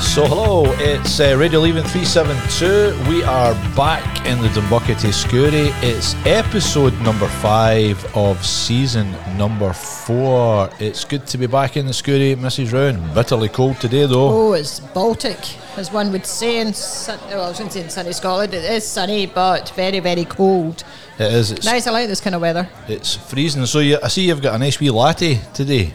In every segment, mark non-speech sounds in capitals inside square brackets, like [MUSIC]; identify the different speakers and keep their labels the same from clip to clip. Speaker 1: So hello, it's uh, Radio Leaving 372. We are back in the Dumbuckety Scurry. It's episode number five of season number four. It's good to be back in the Scurry, Mrs. Rowan. Bitterly cold today though.
Speaker 2: Oh, it's Baltic, as one would say in sun- oh, well, I was going to say in sunny Scotland. It is sunny, but very, very cold.
Speaker 1: It is. It's,
Speaker 2: Nice, I like this kind of weather.
Speaker 1: it's freezing. So you, I see you've got a nice wee latte today.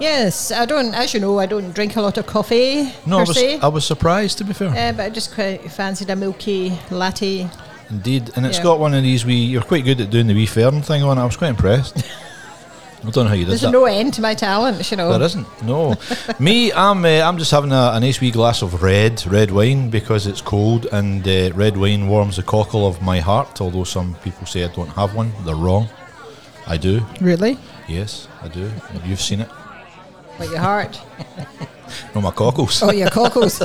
Speaker 2: Yes, I don't, as you know, I don't drink a lot of coffee
Speaker 1: I
Speaker 2: per
Speaker 1: was,
Speaker 2: se,
Speaker 1: I was surprised to be fair.
Speaker 2: uh, but I just quite fancied a milky latte.
Speaker 1: Indeed, and it's
Speaker 2: Yeah.
Speaker 1: got one of these wee. You're quite good at doing the wee firm thing on. it. I was quite impressed. [LAUGHS] I don't know how you did
Speaker 2: There's
Speaker 1: that.
Speaker 2: no end to my talents, you know.
Speaker 1: There isn't. No, me, I'm. Uh, I'm just having a, a nice wee glass of red, red wine because it's cold, and uh, red wine warms the cockle of my heart. Although some people say I don't have one, they're wrong. I do.
Speaker 2: Really?
Speaker 1: Yes, I do. You've seen it.
Speaker 2: Like your heart.
Speaker 1: No, my cockles.
Speaker 2: [LAUGHS] oh, your cockles.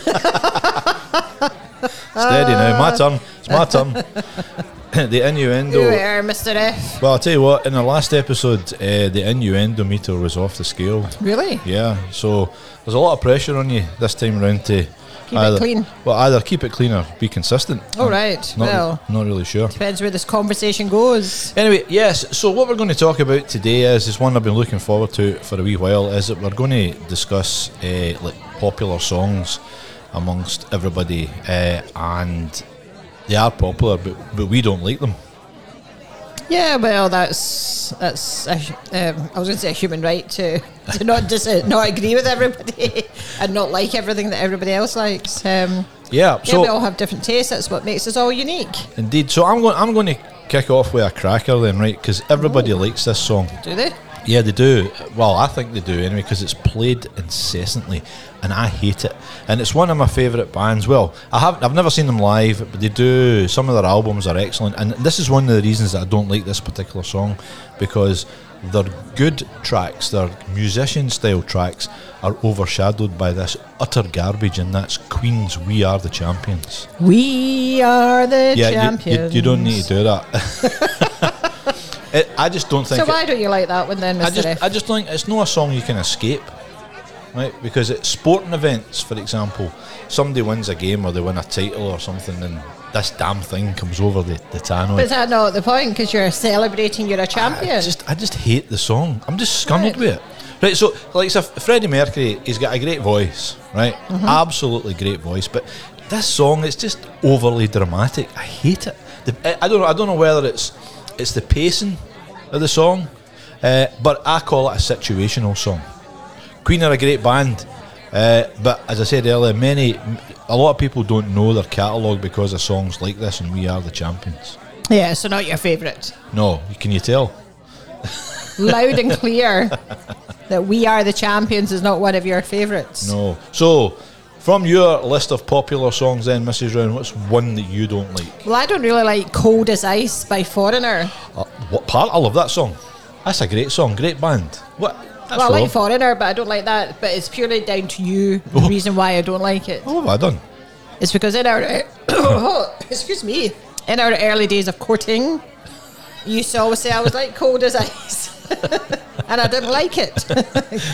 Speaker 1: Steady now. My turn. It's my
Speaker 2: [LAUGHS]
Speaker 1: turn. [LAUGHS] the innuendo.
Speaker 2: [LAUGHS] you are, Mr. F.
Speaker 1: Well, I'll tell you what, in the last episode, uh, the innuendo meter was off the scale.
Speaker 2: Really?
Speaker 1: Yeah, so there's a lot of pressure on you this time round to
Speaker 2: it clean.
Speaker 1: Well, either keep it clean or be consistent.
Speaker 2: All right.
Speaker 1: Not,
Speaker 2: well,
Speaker 1: not really sure.
Speaker 2: depends where this conversation goes.
Speaker 1: Anyway, yes. So what we're going to talk about today is is one I've been looking forward to for a wee while. Is that we're going to discuss uh, like popular songs amongst everybody, uh, and they are popular, but but we don't like them.
Speaker 2: Yeah, well, that's that's a, hu- um, I was going to say a human right to, to not dis- uh, not agree with everybody [LAUGHS] and not like everything that everybody else likes. Um,
Speaker 1: Yeah.
Speaker 2: yeah,
Speaker 1: So
Speaker 2: we all have different tastes. That's what makes us all unique.
Speaker 1: indeed. So I'm going. I'm going to kick off with a cracker then, right? Because everybody likes this song.
Speaker 2: Do they?
Speaker 1: Yeah, they do. Well, I think they do anyway because it's played incessantly, and I hate it. And it's one of my favourite bands. Well, I have I've never seen them live, but they do. Some of their albums are excellent, and this is one of the reasons that I don't like this particular song because their good tracks, their musician style tracks, are overshadowed by this utter garbage, and that's Queen's "We Are the Champions."
Speaker 2: We are the
Speaker 1: Yeah, you- you,
Speaker 2: champions.
Speaker 1: you don't need to do that. [LAUGHS] it, I just don't think.
Speaker 2: So
Speaker 1: it-
Speaker 2: why don't you like that one then, Mr.
Speaker 1: I just,
Speaker 2: F?
Speaker 1: I just think it's not a song you can escape, right? Because at sporting events, for example, somebody wins a game or they win a title or something, and this damn thing comes over the the tannoy.
Speaker 2: but is that not the point? Because you're celebrating, you're a champion.
Speaker 1: I just, I just hate the song. I'm just scummed
Speaker 2: Right.
Speaker 1: with it. Right, so like so Freddie Mercury, he's got a great voice, right? Absolutely great voice, but this song it's just overly dramatic. I hate it. The, I- I don't know. I don't know whether it's it's the pacing of the song, uh, but I call it a situational song. Queen are a great band, uh, but as I said earlier, many a lot of people don't know their catalogue because of songs like this, and we are the champions.
Speaker 2: yeah, so not your favourite.
Speaker 1: No, can you tell?
Speaker 2: Loud and clear [LAUGHS] that we are the champions is not one of your favourites.
Speaker 1: No. So, from your list of popular songs, then, Mrs. Rowan, what's one that you don't like?
Speaker 2: Well, I don't really like Cold as Ice by Foreigner.
Speaker 1: Uh, what part? I love that song. That's a great song, great band. What? That's
Speaker 2: well, I like
Speaker 1: wrong.
Speaker 2: Foreigner, but I don't like that. But it's purely down to you the
Speaker 1: Oh.
Speaker 2: reason why I don't like it.
Speaker 1: What have I done?
Speaker 2: It's because in our [COUGHS] excuse me, in our early days of courting, you used to always say I was like cold as ice, [LAUGHS] and I didn't like it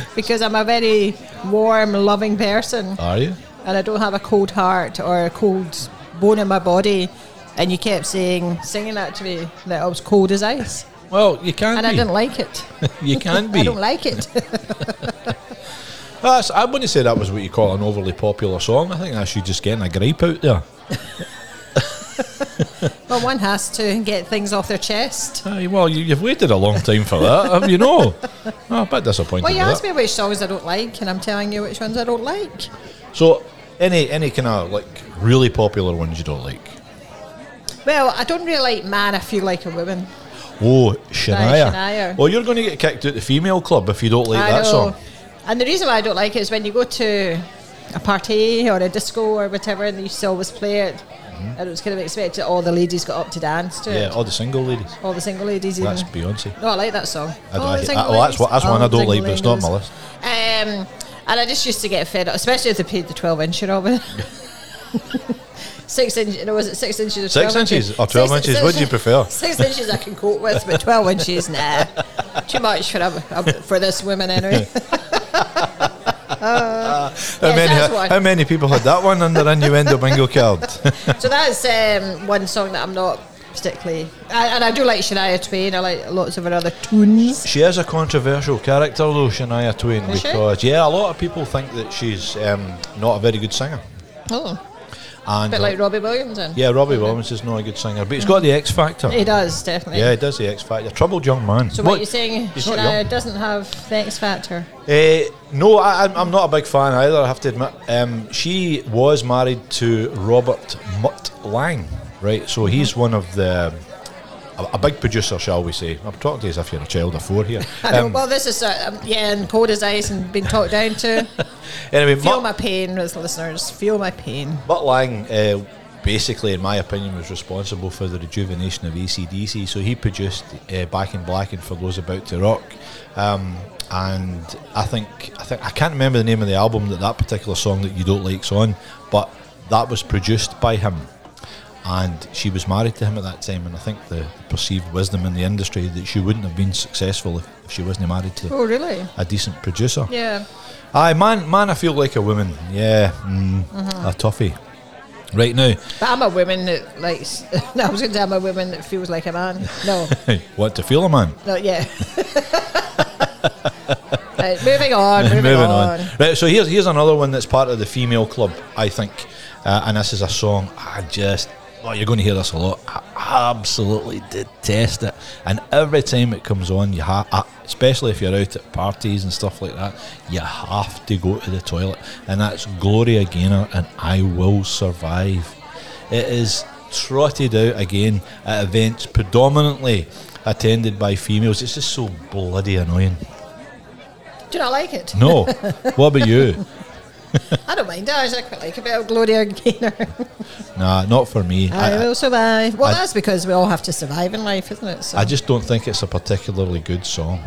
Speaker 2: [LAUGHS] because I'm a very warm, loving person,
Speaker 1: Are you?
Speaker 2: and I don't have a cold heart or a cold bone in my body. And you kept saying, singing that to me, that I was cold as ice,
Speaker 1: Well, you can
Speaker 2: and
Speaker 1: be. [LAUGHS]
Speaker 2: I didn't like it.
Speaker 1: you can be.
Speaker 2: [LAUGHS] I don't like it. [LAUGHS]
Speaker 1: That's, I wouldn't say that was what you call an overly popular song. I think that's you just getting a gripe out there.
Speaker 2: Well, one has to get things off their chest.
Speaker 1: Aye, well, you, you've waited a long time for that, have you? No. [LAUGHS] Oh, a bit disappointed.
Speaker 2: Well, you
Speaker 1: with that.
Speaker 2: asked me which songs I don't like, and I'm telling you which ones I don't like.
Speaker 1: So, any any kind of like really popular ones you don't like?
Speaker 2: Well, I don't really like Man, I Feel Like a Woman.
Speaker 1: Oh, Shania.
Speaker 2: Shania.
Speaker 1: Well, you're going to get kicked out the female club if you don't like
Speaker 2: I
Speaker 1: that
Speaker 2: know.
Speaker 1: song.
Speaker 2: And the reason why I don't like it is when you go to a party or a disco or whatever, and you used to always play it, and it was kind of expected all the ladies got up to dance to
Speaker 1: Mm-hmm. Yeah,
Speaker 2: it.
Speaker 1: all the single ladies.
Speaker 2: All the single ladies, even.
Speaker 1: That's Beyonce.
Speaker 2: No, I like that song.
Speaker 1: I don't
Speaker 2: All the
Speaker 1: like it.
Speaker 2: single
Speaker 1: Oh, that's what- that's
Speaker 2: ladies,
Speaker 1: one I
Speaker 2: all the
Speaker 1: don't like,
Speaker 2: single
Speaker 1: but it's not on my
Speaker 2: ladies. Um, and I just used to get fed up, especially if they paid the twelve inch
Speaker 1: [LAUGHS]
Speaker 2: of it. Six inches, no, was it six inches or
Speaker 1: Six
Speaker 2: 12
Speaker 1: inches or 12 inches? What do you prefer?
Speaker 2: [LAUGHS] Six inches I can cope with, but
Speaker 1: [LAUGHS]
Speaker 2: 12 inches, nah. Too much for, a, a- for this woman, anyway.
Speaker 1: How,
Speaker 2: Yes, that's
Speaker 1: many,
Speaker 2: one.
Speaker 1: how many people had that one under innuendo bingo card?
Speaker 2: So that's um, one song that I'm not particularly, I, and I do like Shania Twain. I like lots of her other
Speaker 1: [LAUGHS]
Speaker 2: tunes.
Speaker 1: she is a controversial character, though, Shania Twain,
Speaker 2: Is she?
Speaker 1: because yeah, a lot of people think that she's um, not a very good singer.
Speaker 2: Oh, a
Speaker 1: And
Speaker 2: bit
Speaker 1: uh,
Speaker 2: like Mm. Robbie Williams. Then.
Speaker 1: yeah, Robbie Williams is not a good singer, but he's got the X factor.
Speaker 2: he does definitely.
Speaker 1: Yeah, he does the X Factor. Troubled young man.
Speaker 2: So what, you're saying,
Speaker 1: He's not
Speaker 2: Shania doesn't have the X Factor.
Speaker 1: Eh, no, I, I'm- I'm not a big fan either. I have to admit. Um, she was married to Robert Mutt Lang, right? So he's one of the a, a big producer, shall we say? I'm talking to you as if you're a child of four here.
Speaker 2: [LAUGHS] I know,
Speaker 1: Um,
Speaker 2: well, this is uh, um, yeah, and cold as ice, and being talked down to.
Speaker 1: anyway,
Speaker 2: Feel
Speaker 1: Mutt,
Speaker 2: my pain, as listeners. Feel my pain.
Speaker 1: Mutt Lang, uh, basically, in my opinion, was responsible for the rejuvenation of ACDC. So he produced uh, Back in Black and For Those About to Rock. Um, and I think I think I can't remember the name of the album that that particular song that you don't like's on, but that was produced by him. and she was married to him at that time. And I think the perceived wisdom in the industry that she wouldn't have been successful if, if she wasn't married to
Speaker 2: Oh, really?
Speaker 1: a decent producer.
Speaker 2: Yeah.
Speaker 1: Aye, man, man, I feel like a woman. Yeah, mm, a toughie. Right now, [LAUGHS]
Speaker 2: But I'm a woman that likes. [LAUGHS] No, I was going to say I'm a woman that feels like a man. No,
Speaker 1: what to feel a man?
Speaker 2: no, yeah. [LAUGHS] right,
Speaker 1: [LAUGHS]
Speaker 2: moving on. Moving, on.
Speaker 1: Right, so here's here's another one that's part of the female club, I think, uh, and this is a song I just. Oh, you're going to hear this a lot. I absolutely detest it, and every time it comes on, you have, especially if you're out at parties and stuff like that, you have to go to the toilet, and that's Gloria Gaynor and "I Will Survive." It is trotted out again at events predominantly attended by females. It's just so bloody annoying.
Speaker 2: Do you not like it?
Speaker 1: No. what about you?
Speaker 2: I don't mind. I actually quite like a bit of Gloria Gaynor.
Speaker 1: Nah, not for me.
Speaker 2: I,
Speaker 1: I, I,
Speaker 2: will survive. Well,
Speaker 1: I-
Speaker 2: that's because we all have to survive in life, isn't it? So.
Speaker 1: I just don't think it's a particularly good song.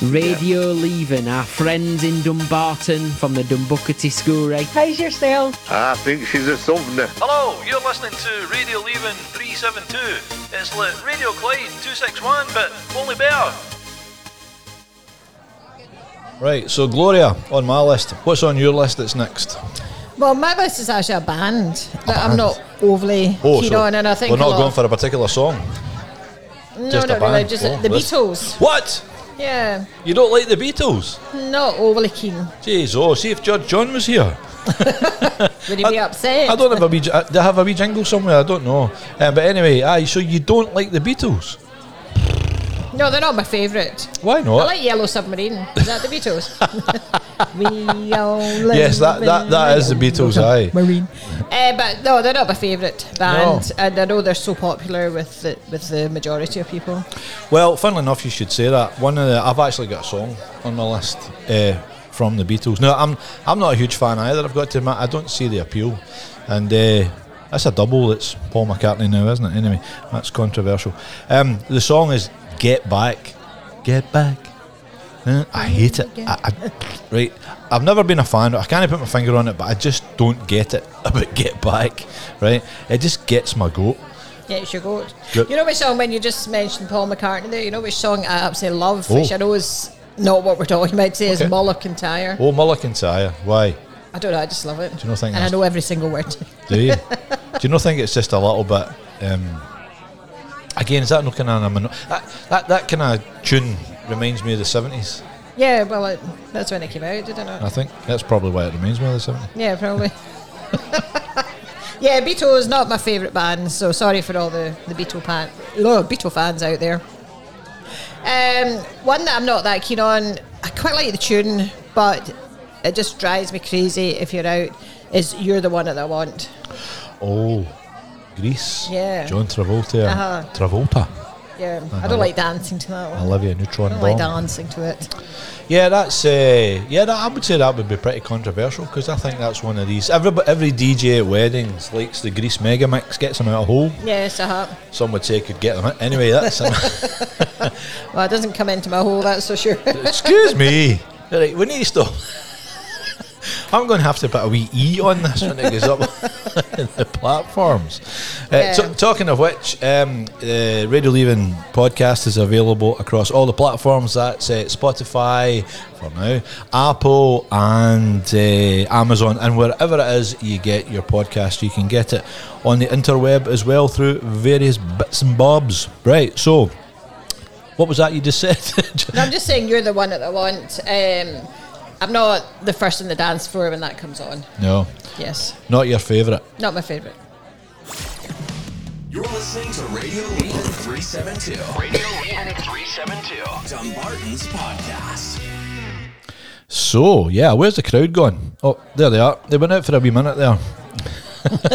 Speaker 3: Radio leaving our friends in Dumbarton from the Dumbuckety School. eh?
Speaker 4: How's yourself?
Speaker 5: Ah, I think she's a sovereign.
Speaker 6: Hello, you're listening to Radio Leaving 372. It's like Radio Clyde 261, but only better.
Speaker 1: Right, so Gloria on my list. What's on your list that's next?
Speaker 2: well, my list is actually a band that I'm not overly keen
Speaker 1: Oh, so
Speaker 2: on, and I think
Speaker 1: we're
Speaker 2: a
Speaker 1: not
Speaker 2: lot-
Speaker 1: going for a particular song.
Speaker 2: no,
Speaker 1: just
Speaker 2: not
Speaker 1: a band.
Speaker 2: really. Just
Speaker 1: Oh,
Speaker 2: the
Speaker 1: this-
Speaker 2: Beatles.
Speaker 1: What?
Speaker 2: Yeah,
Speaker 1: You don't like the Beatles?
Speaker 2: not overly keen.
Speaker 1: Jeez, oh, see if Judge John was here.
Speaker 2: Would he be upset?
Speaker 1: I don't have a wee. j- uh, Do I have a wee jingle somewhere? I don't know. Uh, but anyway, aye. So you don't like the Beatles?
Speaker 2: No, they're not my favourite.
Speaker 1: Why not?
Speaker 2: I like Yellow Submarine. Is that
Speaker 1: [LAUGHS]
Speaker 2: the Beatles? we all live
Speaker 1: yes, that, that that is the Beatles. Aye.
Speaker 2: Marine. Uh, but no, they're not my favourite band,
Speaker 1: No.
Speaker 2: and I know they're so popular with the, with the majority of people.
Speaker 1: Well, funnily enough, you should say that. One of the, I've actually got a song on my list uh, from the Beatles. Now, I'm I'm not a huge fan either. I've got to admit, I don't see the appeal, and uh, that's a double. That's Paul McCartney now, isn't it? Anyway, that's controversial. Um, the song is "Get Back," "Get Back." Uh, I hate it. I, I, right, I've never been a fan. I can't put my finger on it, but I just don't get it [LAUGHS] about "Get Back." Right, it just gets my goat.
Speaker 2: Yeah, it's your goat.
Speaker 1: Good.
Speaker 2: You know which song, when you just mentioned Paul McCartney there, you know which song I absolutely love, which
Speaker 1: Oh.
Speaker 2: I know is not what we're talking about today,
Speaker 1: Okay.
Speaker 2: is Moloch and Tyre.
Speaker 1: Oh, Mulligan Tyre, why?
Speaker 2: I don't know, I just love it.
Speaker 1: you not think
Speaker 2: and I
Speaker 1: that's-
Speaker 2: know every single word.
Speaker 1: Do you? Do you not think it's just a little bit? Um, again, is that not kind of that that, that kind of tune reminds me of the seventies?
Speaker 2: yeah, well, it, that's when it came out, didn't it?
Speaker 1: I think that's probably why it reminds me of the seventies.
Speaker 2: Yeah, probably. [LAUGHS] yeah, Beatles not my favourite band, so sorry for all the the Beatle fan, lo, Beatle fans out there. Um, one that I'm not that keen on. I quite like the tune, but it just drives me crazy if you're out. Is you're the one that I want?
Speaker 1: Oh, Greece.
Speaker 2: Yeah.
Speaker 1: John Travolta. and
Speaker 2: Uh-huh.
Speaker 1: Travolta.
Speaker 2: Yeah, I don't like dancing to that one.
Speaker 1: Olivia Neutron.
Speaker 2: Oh, I don't like
Speaker 1: Bomb.
Speaker 2: dancing to it.
Speaker 1: Yeah, that's uh, yeah. That, I would say that would be pretty controversial because I think that's one of these. Every every DJ at weddings likes the Grease Mega Mix, gets them out of hole.
Speaker 2: Yes, I have.
Speaker 1: Some would say could get them out. Anyway, that's. [LAUGHS]
Speaker 2: Well, it doesn't [LAUGHS]
Speaker 1: [LAUGHS]
Speaker 2: come into my hole. That's for sure.
Speaker 1: Excuse me. Right, we need to stop. I'm going to have to put a wee E on this when it goes up [LAUGHS] in the platforms. Uh, so,
Speaker 2: Um,
Speaker 1: talking of which, um, the Radio Leaving podcast is available across all the platforms. That's uh, Spotify for now, Apple, and uh, Amazon, and wherever it is you get your podcast, you can get it on the interweb as well through various bits and bobs. Right, so. What was that you just said? [LAUGHS]
Speaker 2: No, I'm just saying you're the one that I want. Um, I'm not the first in the dance floor when that comes on.
Speaker 1: no,
Speaker 2: Yes,
Speaker 1: not your favourite.
Speaker 2: not my favourite.
Speaker 4: You're listening to Radio Leland 372,
Speaker 7: Radio Leland 372.
Speaker 4: Dumbarton's podcast.
Speaker 1: So yeah, where's the crowd gone? Oh, there they are. They went out for a wee minute there. [LAUGHS]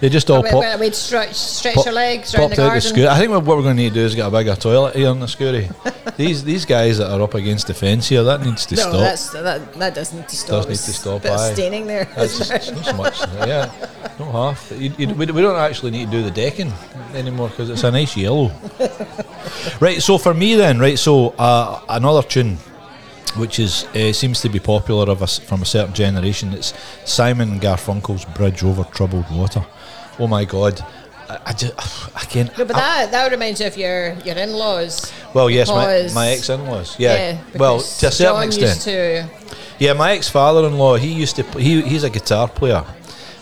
Speaker 1: they just all
Speaker 2: Wait,
Speaker 1: Oh, pop,
Speaker 2: wait, we'd stretch, stretch
Speaker 1: pop,
Speaker 2: your legs round the
Speaker 1: popped out the
Speaker 2: garden.
Speaker 1: scooter. I think what we're going to need to do is get a bigger toilet here in the scooter.
Speaker 2: [LAUGHS]
Speaker 1: these these guys that are up against the fence here, that needs to
Speaker 2: no,
Speaker 1: stop.
Speaker 2: that's that, that does need to
Speaker 1: Does
Speaker 2: stop.
Speaker 1: need to
Speaker 2: It's
Speaker 1: stop,
Speaker 2: A bit of
Speaker 1: aye.
Speaker 2: staining there.
Speaker 1: That's
Speaker 2: isn't
Speaker 1: just it's not much. Yeah, no half. You, you, we, we don't actually need to do the decking anymore because it's a nice yellow. right. So for me then, right. So uh, another tune, which is uh, seems to be popular of us from a certain generation. It's Simon Garfunkel's "Bridge Over Troubled Water." Oh my God. I, I [SIGHS] just, I can't.
Speaker 2: there? No, [LAUGHS] but that that reminds you of your your in-laws.
Speaker 1: Ah. well, yes, my,
Speaker 2: because-
Speaker 1: my ex in laws. Yeah. well,
Speaker 2: because
Speaker 1: to a certain
Speaker 2: John
Speaker 1: extent.
Speaker 2: used to
Speaker 1: Yeah, my ex father in law, he used to pl- he he's a guitar player.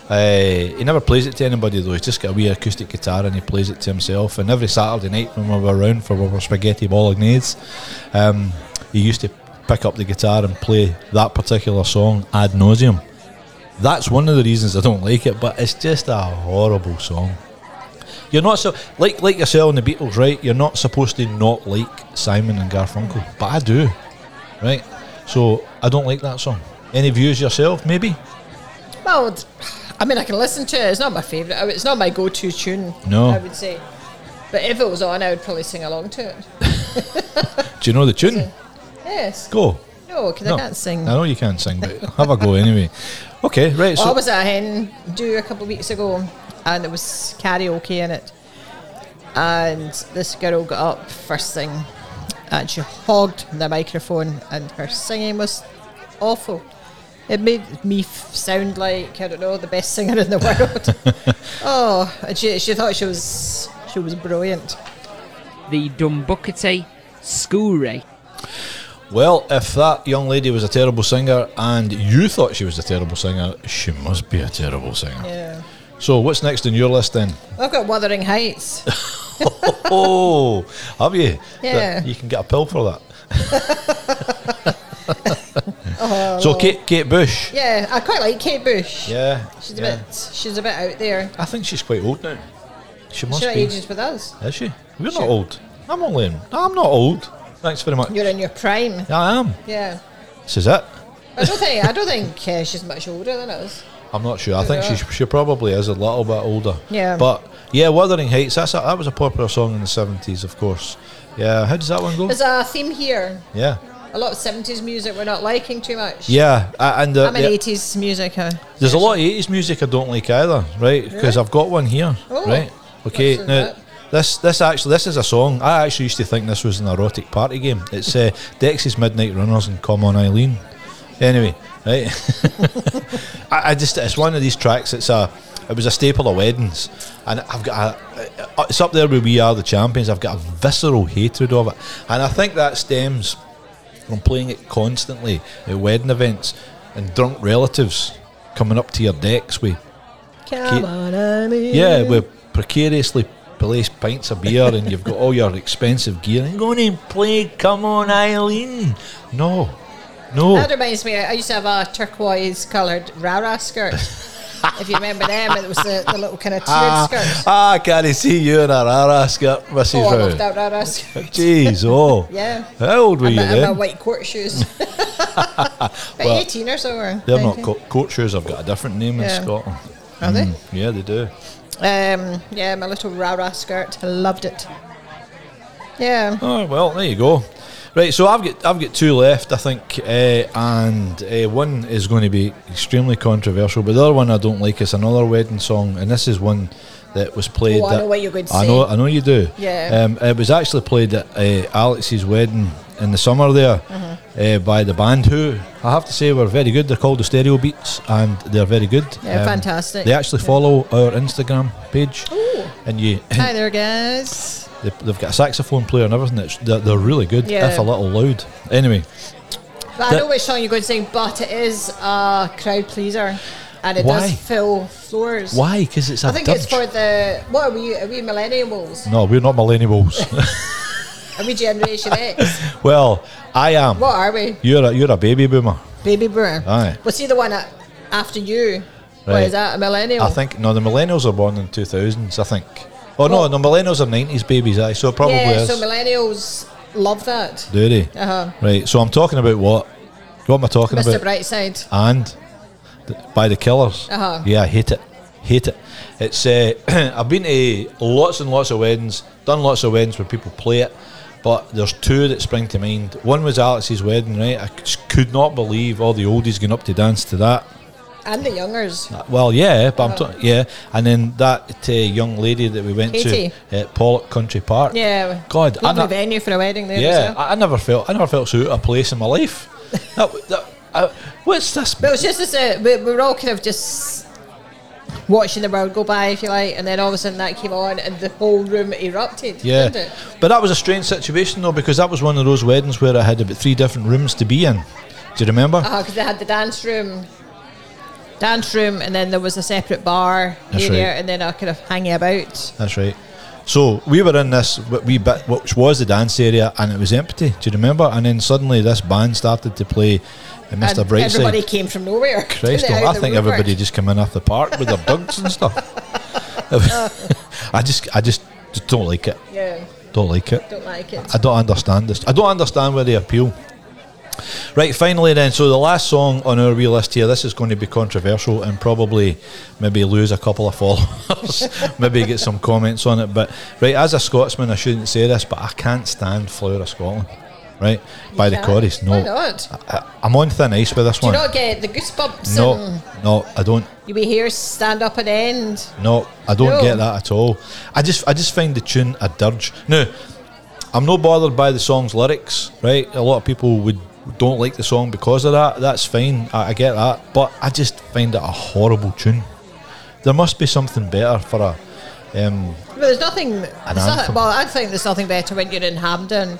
Speaker 1: Uh, he never plays it to anybody though. He's just got a wee acoustic guitar and he plays it to himself. And every Saturday night when we were around for our spaghetti bolognese, um, he used to pick up the guitar and play that particular song ad nauseum. That's one of the reasons I don't like it, but it's just a horrible song. You're not so like like yourself and the Beatles, right? You're not supposed to not like Simon and Garfunkel, but I do, right? So I don't like that song. Any views yourself? Maybe
Speaker 2: Well, it's- I mean, I can listen to it. It's not my favourite. It's not my go-to tune.
Speaker 1: No.
Speaker 2: I would say. But if it was on, I would probably sing along to it.
Speaker 1: do you know the tune?
Speaker 2: Yes.
Speaker 1: Go.
Speaker 2: No, because I can't sing.
Speaker 1: I know you can't sing, but have a go
Speaker 2: [LAUGHS]
Speaker 1: anyway. Okay, right.
Speaker 2: Well, I
Speaker 1: So
Speaker 2: was at a hen do a couple of weeks ago, and it was karaoke in it. And this girl got up first thing, and she hogged the microphone, and her singing was awful. It made me f- sound like I don't know the best singer in the world.
Speaker 1: [LAUGHS]
Speaker 2: oh, and she, she thought she was she was brilliant.
Speaker 3: The Dumbuckety Skoury.
Speaker 1: well, if that young lady was a terrible singer and you thought she was a terrible singer, she must be a terrible singer.
Speaker 2: Yeah,
Speaker 1: So what's next on your list
Speaker 2: [LAUGHS]
Speaker 1: then?
Speaker 2: I've got Wuthering Heights.
Speaker 1: oh, have you?
Speaker 2: Yeah.
Speaker 1: You can get a pill for that. [LAUGHS] so Kate Kate Bush.
Speaker 2: Um, yeah, I quite like Kate Bush.
Speaker 1: Yeah.
Speaker 2: she's
Speaker 1: yeah.
Speaker 2: a bit she's a bit out there.
Speaker 1: I think she's quite old now. She must
Speaker 2: She's not
Speaker 1: be.
Speaker 2: ages with us.
Speaker 1: Is she? We're not old. I'm only. In, I'm not old. Thanks very much.
Speaker 2: You're in your prime.
Speaker 1: I am.
Speaker 2: Yeah.
Speaker 1: This is it.
Speaker 2: I don't think I don't think uh, she's much older than us.
Speaker 1: I'm not sure. I think
Speaker 2: Yeah.
Speaker 1: she she probably is a little bit older.
Speaker 2: Yeah.
Speaker 1: But yeah, Wuthering Heights. That's a, that was a popular song in the seventies, of course. Yeah. How does that one go?
Speaker 2: There's a theme here.
Speaker 1: yeah.
Speaker 2: A lot of seventies music we're not liking too much.
Speaker 1: Yeah. a- And uh,
Speaker 2: I'm an
Speaker 1: yeah.
Speaker 2: eighties music. Uh,
Speaker 1: There's a lot of eighties music I don't like either, right? Because I've got one here,
Speaker 2: Oh,
Speaker 1: right? Okay,
Speaker 2: what's
Speaker 1: now
Speaker 2: that?
Speaker 1: this this actually this is a song. I actually used to think this was an erotic party game. It's uh, [LAUGHS] Dex's Midnight Runners and Come On Eileen. Anyway, right? [LAUGHS] I, I just it's one of these tracks. It's a it was a staple of weddings, and I've got a it's up there with We Are the Champions. I've got a visceral hatred of it, and I think that stems from playing it constantly at wedding events and drunk relatives coming up to your decks with
Speaker 2: Come
Speaker 1: Kate-
Speaker 2: on, I mean.
Speaker 1: yeah with precariously placed pints of beer and you've got all your expensive gear and going and play come on Eileen no no
Speaker 2: That reminds me. I used to have a turquoise coloured Rara
Speaker 1: [LAUGHS]
Speaker 2: skirt. if you remember them, it was the, the little kind of tiered
Speaker 1: ah,
Speaker 2: skirts.
Speaker 1: ah can I see you in a rara skirt Mrs
Speaker 2: oh, I
Speaker 1: Round?
Speaker 2: loved that
Speaker 1: [LAUGHS]
Speaker 2: Rara skirt.
Speaker 1: jeez oh
Speaker 2: Yeah.
Speaker 1: how old were
Speaker 2: And
Speaker 1: you
Speaker 2: my, and my
Speaker 1: then
Speaker 2: white
Speaker 1: [LAUGHS]
Speaker 2: court shoes. [LAUGHS] About
Speaker 1: Well,
Speaker 2: eighteen or so. Or
Speaker 1: they're not
Speaker 2: 19.
Speaker 1: co- court shoes I've got a different name
Speaker 2: Yeah.
Speaker 1: in Scotland
Speaker 2: Are they?
Speaker 1: yeah they do
Speaker 2: Um, yeah, my little Rara skirt. I loved it. Yeah.
Speaker 1: Oh well, there you go. Right, so I've got I've got two left, I think, uh, and uh, one is going to be extremely controversial, but the other one I don't like is another wedding song, and this is one that was played.
Speaker 2: Oh, I know
Speaker 1: at-
Speaker 2: what you're going to
Speaker 1: I
Speaker 2: say.
Speaker 1: know, I know you do.
Speaker 2: Yeah.
Speaker 1: Um, it was actually played at uh, Alex's wedding in the summer there
Speaker 2: Mm-hmm.
Speaker 1: uh, by the band who I have to say were very good. They're called the Stereo Beats and they're very good. Um,
Speaker 2: They're fantastic.
Speaker 1: They actually follow our Instagram page.
Speaker 2: Ooh.
Speaker 1: And you,
Speaker 2: Hi there, guys.
Speaker 1: They- They've got a saxophone player and everything. That's, they're, they're really good,
Speaker 2: Yeah.
Speaker 1: if a little loud. Anyway,
Speaker 2: But I
Speaker 1: That-
Speaker 2: know which song you're going to sing, but it is a crowd pleaser, and it
Speaker 1: Why?
Speaker 2: does fill floors.
Speaker 1: why? Because it's a
Speaker 2: I think it's for
Speaker 1: dirge.
Speaker 2: the what are we? Are we millennials?
Speaker 1: No, we're not millennials.
Speaker 2: [LAUGHS]
Speaker 1: [LAUGHS]
Speaker 2: Are we Generation X?
Speaker 1: well, I am.
Speaker 2: What are we?
Speaker 1: You're a, you're a baby boomer.
Speaker 2: Baby boomer.
Speaker 1: Aye.
Speaker 2: Well, see the one a- after you. What
Speaker 1: Right.
Speaker 2: is that? A millennial?
Speaker 1: I think, no, the millennials are born in 2000s, I think. Oh, no,
Speaker 2: Well-
Speaker 1: no, millennials are 90s babies, aye, so it probably
Speaker 2: Yeah.
Speaker 1: is.
Speaker 2: So millennials love that.
Speaker 1: Do they?
Speaker 2: Uh-huh.
Speaker 1: Right, so I'm talking about what? What am I talking
Speaker 2: Mr.
Speaker 1: about?
Speaker 2: Brightside.
Speaker 1: and th- by the Killers.
Speaker 2: Uh-huh.
Speaker 1: Yeah, I hate it. Hate it. It's uh, [CLEARS THROAT] I've been to lots and lots of weddings, done lots of weddings where people play it, but there's two that spring to mind. One was Alex's wedding, right? I c- could not believe all the oldies going up to dance to that.
Speaker 2: And the youngers.
Speaker 1: Uh, Well, yeah, but I'm
Speaker 2: Uh-huh.
Speaker 1: talking, yeah. And then that uh, young lady that we went
Speaker 2: Katie.
Speaker 1: to at Pollock Country Park.
Speaker 2: Yeah.
Speaker 1: God,
Speaker 2: Lovely
Speaker 1: and I-
Speaker 2: venue for a wedding there.
Speaker 1: yeah,
Speaker 2: as well.
Speaker 1: I, I never felt I never felt so out of place in my life. that, that, I, what's this?
Speaker 2: But it was just as a, we, we were all kind of just watching the world go by, if you like, and then all of a sudden that came on and the whole room erupted.
Speaker 1: Yeah.
Speaker 2: Didn't it?
Speaker 1: But that was a strange situation though because that was one of those weddings where I had about three different rooms to be in. Do you remember?
Speaker 2: Oh, because they had the dance room, dance room, and then there was a separate bar
Speaker 1: That's
Speaker 2: area,
Speaker 1: right.
Speaker 2: and then a kind of hanging about.
Speaker 1: That's right. So we were in this w- wee bit, which was the dance area, and it was empty. Do you remember? And then suddenly this band started to play, and Mr.
Speaker 2: And everybody
Speaker 1: Brightside.
Speaker 2: came from nowhere. [LAUGHS]
Speaker 1: Christ,
Speaker 2: Out
Speaker 1: oh, I
Speaker 2: the
Speaker 1: think
Speaker 2: woodwork.
Speaker 1: everybody just came in off the park with their bugs and
Speaker 2: [LAUGHS]
Speaker 1: stuff. [LAUGHS] I just, I just don't like it.
Speaker 2: Yeah,
Speaker 1: Don't like it.
Speaker 2: don't like it.
Speaker 1: I don't understand this. I don't understand where they appeal. Right, finally then, so the last song on our wee list here, this is going to be controversial and probably maybe lose a couple of [LAUGHS] followers, maybe get some comments on it. But right, as a Scotsman I shouldn't say this, but I can't stand Flower of Scotland. Right? by the
Speaker 2: can't?
Speaker 1: Corries. No.
Speaker 2: Why not?
Speaker 1: I, I'm on thin ice with this
Speaker 2: Do you
Speaker 1: one.
Speaker 2: not get the goosebumps?
Speaker 1: no,
Speaker 2: And
Speaker 1: no, I don't
Speaker 2: you be here stand up and end.
Speaker 1: no, I don't
Speaker 2: No.
Speaker 1: get that at all. I just I just find the tune a dirge. Now, I'm not bothered by the song's lyrics, right? A lot of people would don't like the song because of that. That's fine. I, I get that, but I just find it a horrible tune. There must be something better for a. Um,
Speaker 2: Well, there's nothing. there's nothing-
Speaker 1: anthem.
Speaker 2: well, I think there's nothing better when you're in Hampden,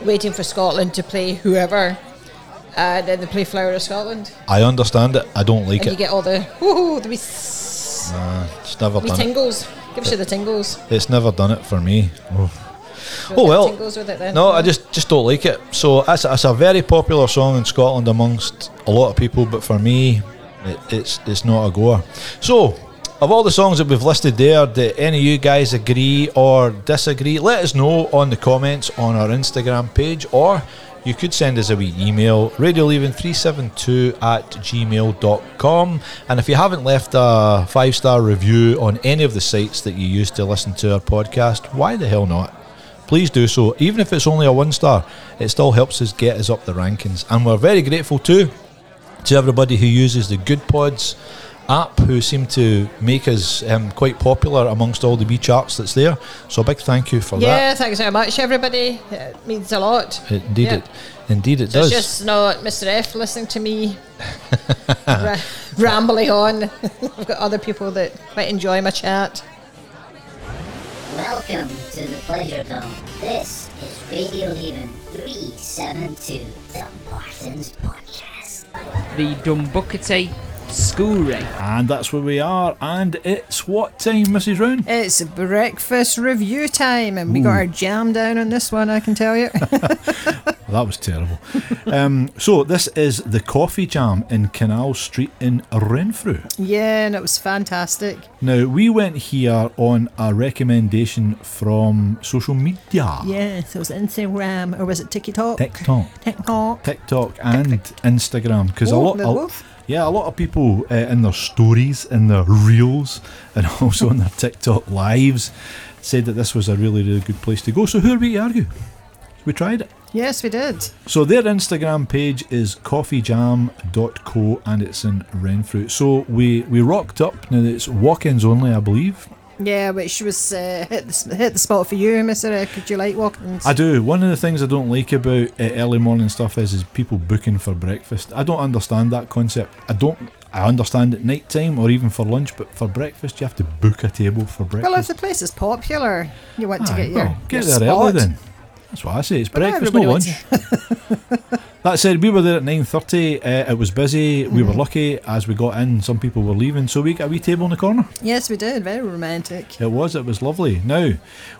Speaker 2: waiting for Scotland to play whoever, and then they play Flower of Scotland,
Speaker 1: I understand it. I don't like
Speaker 2: and you
Speaker 1: it.
Speaker 2: get all the woohoo, the wee, s-
Speaker 1: Nah, it's never
Speaker 2: wee
Speaker 1: done it.
Speaker 2: tingles. Gives you the tingles.
Speaker 1: It's never done it for me. Oh.
Speaker 2: Don't
Speaker 1: Oh
Speaker 2: get
Speaker 1: well.
Speaker 2: tingles with it then.
Speaker 1: No, I just just don't like it. So that's, that's a very popular song in Scotland amongst a lot of people, but for me, it, it's it's not a goer. So, of all the songs that we've listed there, do any of you guys agree or disagree? Let us know on the comments on our Instagram page, or you could send us a wee email, radioleaving372 at gmail.com. And if you haven't left a five star review on any of the sites that you use to listen to our podcast, why the hell not? Please do so, even if it's only a one star. It still helps us get us up the rankings, and we're very grateful too to everybody who uses the Good Pods app, who seem to make us um, quite popular amongst all the B charts that's there. So a big thank you for
Speaker 2: Yeah, thanks very much, everybody. It means a lot.
Speaker 1: that. Indeed,
Speaker 2: Yeah.
Speaker 1: it indeed it
Speaker 2: So
Speaker 1: does.
Speaker 2: It's just not Mr. F listening
Speaker 1: [LAUGHS]
Speaker 2: to me ra- rambling on. [LAUGHS] I've got other people that quite enjoy my chat.
Speaker 8: Welcome to the Pleasure Dome. This is Radio Haven 372, the Martins Podcast.
Speaker 3: The Dumbuckety Schoolray.
Speaker 1: and that's where we are. And it's what time, Mrs. Round?
Speaker 2: It's breakfast review time, and we got our jam down on this one, I can
Speaker 1: [LAUGHS]
Speaker 2: tell you.
Speaker 1: That was terrible. [LAUGHS] um, so this is the coffee jam in Canal Street in Renfrew.
Speaker 2: yeah, and it was fantastic.
Speaker 1: Now, we went here on a recommendation from social media
Speaker 2: Yes, it was Instagram, or was it TikTok?
Speaker 1: TikTok.
Speaker 2: TikTok.
Speaker 1: TikTok and Instagram because a
Speaker 2: Oh,
Speaker 1: lot,
Speaker 2: they're
Speaker 1: a,
Speaker 2: both?
Speaker 1: yeah, a lot of people uh, in their stories, in their reels, [LAUGHS] and also on their TikTok lives, said that this was a really, really good place to go. So who are we to argue? We tried it.
Speaker 2: Yes, we did.
Speaker 1: So their Instagram page is coffeejam.co and it's in Renfrew. So we, we rocked up. Now it's walk-ins only, I believe.
Speaker 2: Yeah, which was uh, hit, the, hit the spot for you, Mister. Uh, could you like walking?
Speaker 1: I do. One of the things I don't like about uh, early morning stuff is is people booking for breakfast. I don't understand that concept. I don't. I understand at night time or even for lunch, but for breakfast you have to book a table for breakfast.
Speaker 2: Well, if the place is popular, you want to
Speaker 1: Aye,
Speaker 2: get your
Speaker 1: well, get
Speaker 2: your
Speaker 1: there
Speaker 2: spot.
Speaker 1: early then. That's what I say. It's
Speaker 2: not
Speaker 1: breakfast, no
Speaker 2: everybody
Speaker 1: lunch. [LAUGHS] that said, we were there at nine thirty. Uh, it was busy. We
Speaker 2: Mm-hmm.
Speaker 1: were lucky as we got in. Some people were leaving, so we got a wee table in the corner.
Speaker 2: Yes, we did. Very romantic.
Speaker 1: It was. It was lovely. Now,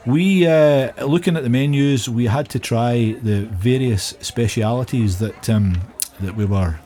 Speaker 1: we uh, looking at the menus, we had to try the various specialities that um, that we were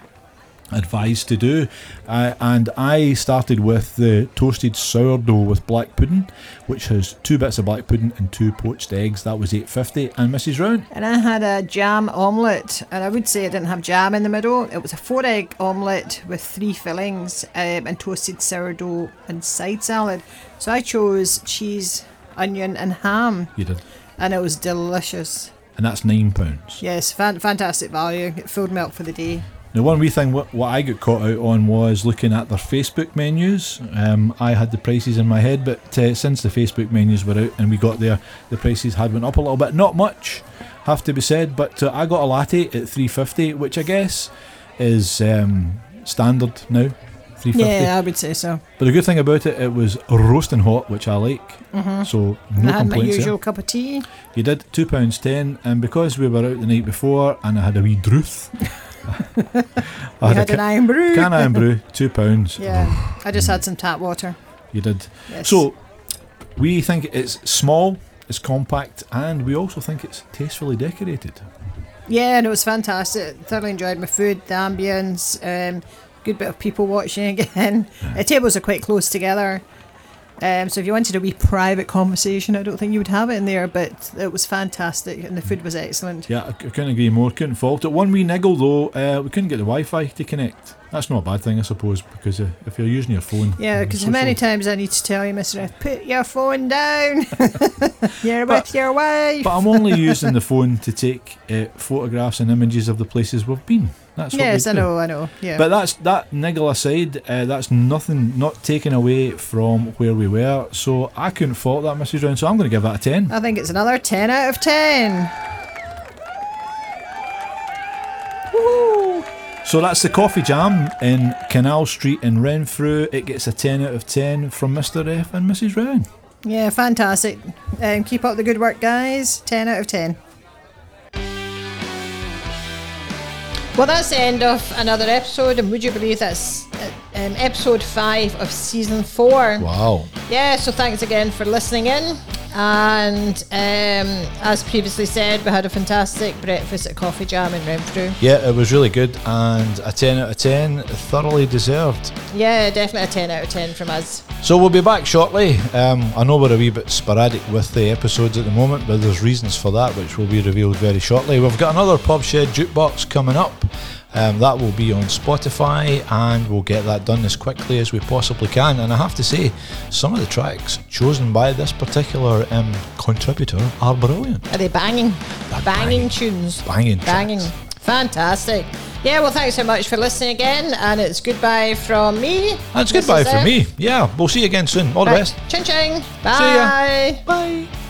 Speaker 1: advised to do, uh, and I started with the toasted sourdough with black pudding, which has two bits of black pudding and two poached eggs. That was eight fifty. And Mrs. Round,
Speaker 2: And I had a jam omelette, and I would say I didn't have jam in the middle. It was a four egg omelette with three fillings um, and toasted sourdough and side salad. So I chose cheese, onion, and ham,
Speaker 1: you did,
Speaker 2: and it was delicious.
Speaker 1: and that's nine pounds.
Speaker 2: Yes, fan- fantastic value. It filled me up for the day.
Speaker 1: Now, one wee thing what, what I got caught out on was looking at their Facebook menus. Um, I had the prices in my head, but uh, since the Facebook menus were out and we got there, the prices had went up a little bit. Not much, have to be said. But uh, I got a latte at three fifty, which I guess is um, standard now. Three fifty.
Speaker 2: Yeah, I would say so.
Speaker 1: But the good thing about it, it was roasting hot, which I like. So no
Speaker 2: I had my
Speaker 1: complaints. there.
Speaker 2: Mm-hmm. usual cup of tea.
Speaker 1: You did two pounds ten, and because we were out the night before, and I had a wee
Speaker 2: [LAUGHS]
Speaker 1: druth. I
Speaker 2: I
Speaker 1: had a
Speaker 2: had
Speaker 1: ca-
Speaker 2: an iron brew.
Speaker 1: Can I
Speaker 2: [LAUGHS]
Speaker 1: brew two pounds?
Speaker 2: Yeah, I just had some tap water.
Speaker 1: You did.
Speaker 2: Yes.
Speaker 1: So we think it's small, it's compact, and we also think it's tastefully decorated.
Speaker 2: Yeah, and it was fantastic. Thoroughly enjoyed my food, the ambience, um, good bit of people watching [LAUGHS] again. The tables are quite close together. Um, so if you wanted a wee private conversation, I don't think you would have it in there, but it was fantastic and the food was excellent.
Speaker 1: Yeah, I c- couldn't agree more. Couldn't fault it. One wee niggle though, uh, we couldn't get the Wi-Fi to connect. That's not a bad thing, I suppose, because uh, if you're using your phone.
Speaker 2: Yeah,
Speaker 1: on
Speaker 2: because how
Speaker 1: social-
Speaker 2: many times I need to tell you, Mr. F, put your phone down. [LAUGHS] You're with your wife.
Speaker 1: But I'm only using the phone to take uh, photographs and images of the places we've been. That's what
Speaker 2: yes,
Speaker 1: we
Speaker 2: I
Speaker 1: do.
Speaker 2: know, I know. Yeah.
Speaker 1: But that's that niggle aside, uh, that's nothing, not taken away from where we were. So I couldn't fault that, Mrs. Round. So I'm going to give that a 10.
Speaker 2: I think it's another 10 out of 10.
Speaker 1: So that's the Coffee Jam in Canal Street in Renfrew. It gets a 10 out of 10 from Mr. F and Mrs. Round.
Speaker 2: Yeah, fantastic. Um, keep up the good work, guys. 10 out of 10. Well, that's the end of another episode, and would you believe that's uh, um, episode 5 of season 4?
Speaker 1: Wow.
Speaker 2: Yeah, so thanks again for listening in. And um, as previously said, we had a fantastic breakfast at Coffee Jam in Renfrew.
Speaker 1: Yeah, it was really good and a 10 out of 10, thoroughly deserved.
Speaker 2: Yeah, definitely a 10 out of 10 from us.
Speaker 1: So we'll be back shortly. Um, I know we're a wee bit sporadic with the episodes at the moment, but there's reasons for that, which will be revealed very shortly. We've got another Pub Shed Jukebox coming up. Um, that will be on Spotify, and we'll get that done as quickly as we possibly can. And I have to say, some of the tracks chosen by this particular um, contributor are brilliant.
Speaker 2: Are they Er banging? Banging,
Speaker 1: banging.
Speaker 2: tunes.
Speaker 1: Banging tracks.
Speaker 2: Banging. Fantastic. Yeah, well, thanks so much for listening again. And it's goodbye from me.
Speaker 1: That's
Speaker 2: This
Speaker 1: goodbye
Speaker 2: is
Speaker 1: for
Speaker 2: it.
Speaker 1: me. Yeah, we'll see you again soon. All the
Speaker 2: Right.
Speaker 1: best.
Speaker 2: Ching ching. Bye.
Speaker 1: Bye.